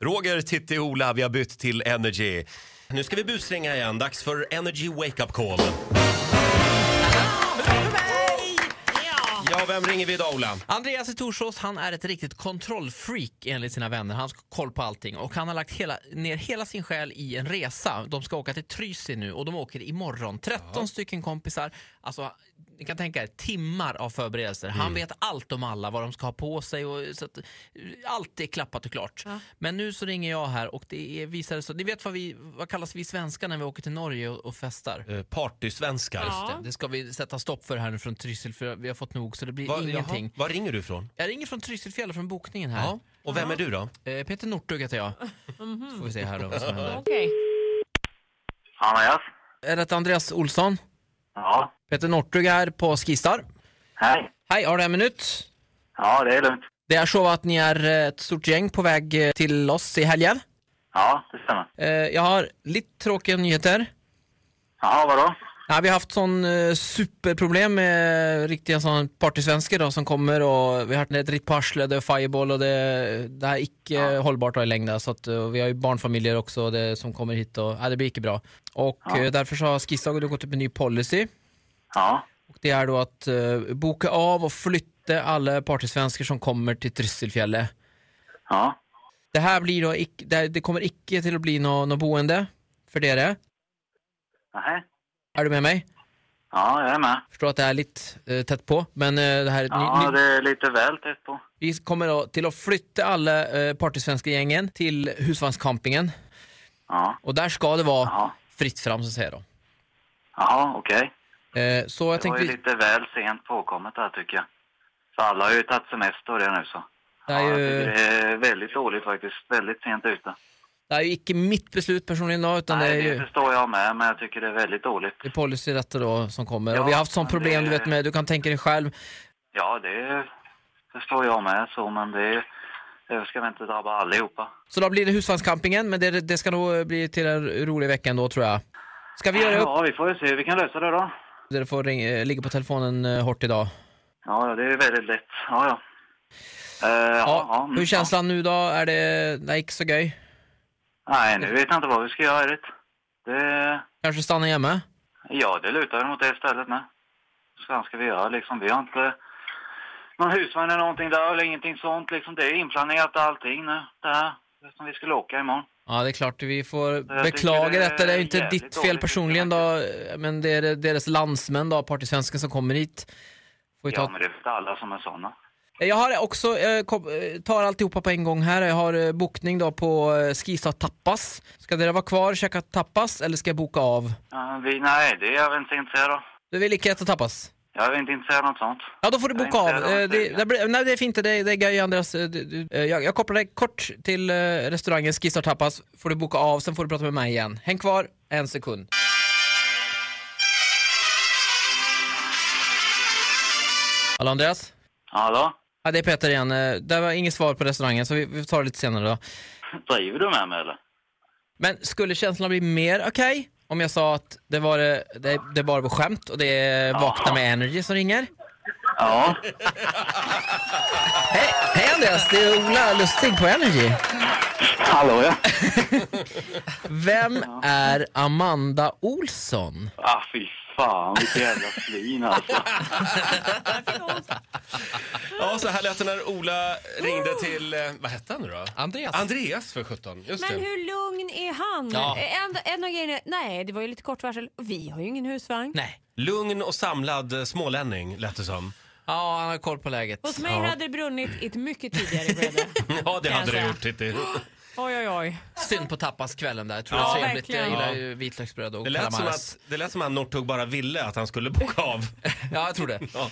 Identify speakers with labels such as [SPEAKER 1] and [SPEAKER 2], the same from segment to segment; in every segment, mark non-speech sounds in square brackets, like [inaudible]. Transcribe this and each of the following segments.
[SPEAKER 1] Roger, Titti, Ola, vi har bytt till Energy. Nu ska vi busringa igen. Dags för Energy Wake Up Call.
[SPEAKER 2] Ja.
[SPEAKER 1] Ja, vem ringer vi idag, Ola?
[SPEAKER 2] Andreas i Torsås, han är ett riktigt kontrollfreak enligt sina vänner. Han har koll på allting och han har lagt hela, ner hela sin själ i en resa. De ska åka till Trysil nu och de åker imorgon. 13 stycken kompisar. Alltså, ni kan tänka er timmar av förberedelser. Han vet allt om alla, vad de ska ha på sig och så att, eh, allt är klappat och klart. Men nu så ringer jag här och det är, visar det så. Ni vet vad, vi, vad kallas vi svenskar när vi åker till Norge och, och festar?
[SPEAKER 1] Eh, Partysvenskar.
[SPEAKER 3] Ja.
[SPEAKER 2] Det ska vi sätta stopp för här nu från Trysil för vi har fått nog så det blir
[SPEAKER 1] Va- jaha,
[SPEAKER 2] ingenting.
[SPEAKER 1] Var ringer du ifrån?
[SPEAKER 2] Jag ringer från Trysilfjäll från bokningen här.
[SPEAKER 1] Ja. Och vem är du då?
[SPEAKER 2] Eh, Peter Northug heter [laughs] jag. Så får vi se här då vad som händer.
[SPEAKER 3] Okej.
[SPEAKER 4] Andreas?
[SPEAKER 2] [laughs] Är det Andreas Olsson?
[SPEAKER 4] Ja,
[SPEAKER 2] Peter Northug här på Skistar.
[SPEAKER 4] hej.
[SPEAKER 2] Hej, har du en minut?
[SPEAKER 4] Ja, det är lugnt.
[SPEAKER 2] Det är så att ni är eh, ett stort gäng på väg eh, till oss i helgen.
[SPEAKER 4] Ja, det stämmer.
[SPEAKER 2] Eh, Jag har lite tråkiga nyheter.
[SPEAKER 4] Ja, vadå?
[SPEAKER 2] Ja, vi har haft sån eh, superproblem med riktiga sån partysvenskar då som kommer och vi har haft ett ritt på arslet, det är fireball och det, det här är icke
[SPEAKER 4] Ja.
[SPEAKER 2] hållbart då i längden. Så att, eh, vi har ju barnfamiljer också det, som kommer hit och ja, det blir icke bra. Och
[SPEAKER 4] Ja.
[SPEAKER 2] eh, därför så har Skissago gått upp med en ny policy.
[SPEAKER 4] Ja,
[SPEAKER 2] Och det är då att eh, boka av och flytta alla partysvenskar som kommer till Trysselfjället.
[SPEAKER 4] ja,
[SPEAKER 2] Det här blir då icke, det, här- det kommer icke till att bli något nå boende, för det är det.
[SPEAKER 4] nej.
[SPEAKER 2] Är du med mig?
[SPEAKER 4] Ja, jag är med.
[SPEAKER 2] Förstår att det är lite eh, tätt på, men eh, det här är ett ny,
[SPEAKER 4] Ja,
[SPEAKER 2] ny,
[SPEAKER 4] det är lite väl tätt på.
[SPEAKER 2] Vi kommer då till att flytta alla eh, partysvenska gängen till husvagnscampingen.
[SPEAKER 4] Ja,
[SPEAKER 2] Och där ska det vara
[SPEAKER 4] ja.
[SPEAKER 2] fritt fram så att säga då.
[SPEAKER 4] Jaha, okej.
[SPEAKER 2] Eh, så jag
[SPEAKER 4] Det var
[SPEAKER 2] tänkte,
[SPEAKER 4] ju lite väl sent påkommet där tycker jag. För alla har ju tagit semester det nu så.
[SPEAKER 2] det är
[SPEAKER 4] Ja, jag
[SPEAKER 2] ju,
[SPEAKER 4] tycker det är väldigt dåligt faktiskt. Väldigt sent ute.
[SPEAKER 2] det är ju icke mitt beslut personligen då, utan det är
[SPEAKER 4] Nej, det
[SPEAKER 2] ju
[SPEAKER 4] förstår jag med, men jag tycker det är väldigt dåligt.
[SPEAKER 2] det är policy detta då som kommer.
[SPEAKER 4] Ja,
[SPEAKER 2] och vi har haft sån
[SPEAKER 4] men
[SPEAKER 2] problem,
[SPEAKER 4] det-
[SPEAKER 2] du vet med, du kan tänka dig själv.
[SPEAKER 4] Ja, det förstår jag med så, men det, det ska väl inte drabba allihopa.
[SPEAKER 2] Så då blir det husvagnscampingen, men det, det ska nog eh, bli till en rolig vecka ändå tror jag. Ska vi göra upp?
[SPEAKER 4] Ja, vi får ju se hur vi kan lösa det då.
[SPEAKER 2] Du får ring, eh, ligga på telefonen eh, hårt idag.
[SPEAKER 4] Ja, ja, det är väldigt lätt. Ja, ja. Eh, ja, ja,
[SPEAKER 2] Ja,
[SPEAKER 4] mm,
[SPEAKER 2] hur känslan nu då? Är det, det är inte så göj?
[SPEAKER 4] Ja. Nej, nu vet jag inte vad vi ska göra riktigt. Det,
[SPEAKER 2] Kanske stanna hemma?
[SPEAKER 4] ja, det lutar ju mot det stället nu. Så vad ska vi göra liksom? Vi har inte någon husvagn eller någonting där eller ingenting sånt liksom. Det är inplanerat allting nu, det här som vi skulle åka imorgon.
[SPEAKER 2] Ja, det är klart. Vi får
[SPEAKER 4] tycker
[SPEAKER 2] beklaga
[SPEAKER 4] det är
[SPEAKER 2] detta. Det är ju inte
[SPEAKER 4] jävligt
[SPEAKER 2] ditt fel
[SPEAKER 4] dåligt
[SPEAKER 2] personligen då, men det är deras landsmän då, partysvensken som kommer hit. Får vi
[SPEAKER 4] Ja,
[SPEAKER 2] ta...
[SPEAKER 4] men det är väl alla som är sådana.
[SPEAKER 2] Jag har också, eh, kom, eh, tar alltihopa på en gång här. Jag har eh, bokning då på eh, Skistar Tapas. Ska det vara kvar och käka tapas eller ska jag boka av?
[SPEAKER 4] Eh, vi, nej, det är jag väl inte intresserad av.
[SPEAKER 2] Du vill lika äta tapas?
[SPEAKER 4] Jag är väl inte intresserad av något sånt.
[SPEAKER 2] Ja, då får du
[SPEAKER 4] Jag är
[SPEAKER 2] boka av.
[SPEAKER 4] intresserad av
[SPEAKER 2] Eh,
[SPEAKER 4] att
[SPEAKER 2] Det,
[SPEAKER 4] flyga.
[SPEAKER 2] det, blir- nej, det är fint. Det, är- det är Guy Andreas. eh, du- du- eh, Jag, jag kopplar dig kort till eh, restaurangen Skistar Tapas. Får du boka av, sen får du prata med mig igen. Häng kvar en sekund. Hallå Andreas?
[SPEAKER 4] Ja, då?
[SPEAKER 2] Ja, det är Peter igen. Eh, Det var inget svar på restaurangen, så vi, vi tar det lite senare då.
[SPEAKER 4] Driver du med mig eller?
[SPEAKER 2] Men skulle känslan bli mer okej om jag sa att det var det, det, det bara var skämt och det är Vakna med Energy som ringer?
[SPEAKER 4] Ja.
[SPEAKER 2] Hej, hej Andreas, det är Ola Lustig på Energy.
[SPEAKER 4] [laughs] Hallå ja.
[SPEAKER 2] Vem är Amanda Olsson?
[SPEAKER 4] Ah, fy fan, vilket jävla svin alltså.
[SPEAKER 1] Ja, så här lät det när Ola ringde till... eh, Vad hette han nu då?
[SPEAKER 2] Andreas.
[SPEAKER 1] Andreas för 17. Just
[SPEAKER 3] Men
[SPEAKER 1] det.
[SPEAKER 3] hur lugn är han?
[SPEAKER 2] Ja.
[SPEAKER 3] En, en av grejerna, nej det var ju lite kort varsel. Vi har ju ingen husvagn.
[SPEAKER 2] Nej.
[SPEAKER 1] Lugn och samlad eh, smålänning, lät det som.
[SPEAKER 2] Ja, han har koll på läget.
[SPEAKER 3] Hos mig
[SPEAKER 2] ja.
[SPEAKER 3] hade det brunnit i ett mycket tidigare
[SPEAKER 2] [laughs]
[SPEAKER 3] skede.
[SPEAKER 1] Ja, det
[SPEAKER 3] Kan
[SPEAKER 1] hade det
[SPEAKER 3] jag
[SPEAKER 1] gjort, Titti.
[SPEAKER 3] Oj, oj, oj.
[SPEAKER 2] Synd på tappaskvällen där. Jag tror det
[SPEAKER 3] Ja,
[SPEAKER 2] är trevligt. Jag
[SPEAKER 3] verkligen.
[SPEAKER 2] gillar ju vitlöksbröd och
[SPEAKER 1] Det lät, som
[SPEAKER 2] calamares.
[SPEAKER 1] att, det lät som att Northug bara ville att han skulle boka av.
[SPEAKER 2] Ja, jag tror det.
[SPEAKER 1] Ja.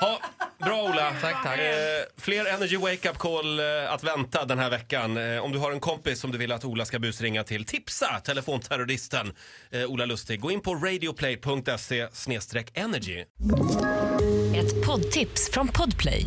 [SPEAKER 1] Ha, bra Ola.
[SPEAKER 2] Tack, tack.
[SPEAKER 1] Eh, fler Energy Wake Up Call eh, att vänta den här veckan. Eh, om du har en kompis som du vill att Ola ska busringa till, tipsa telefonterroristen eh, Ola Lustig. Gå in på radioplay.se energy.
[SPEAKER 5] Ett poddtips från Podplay.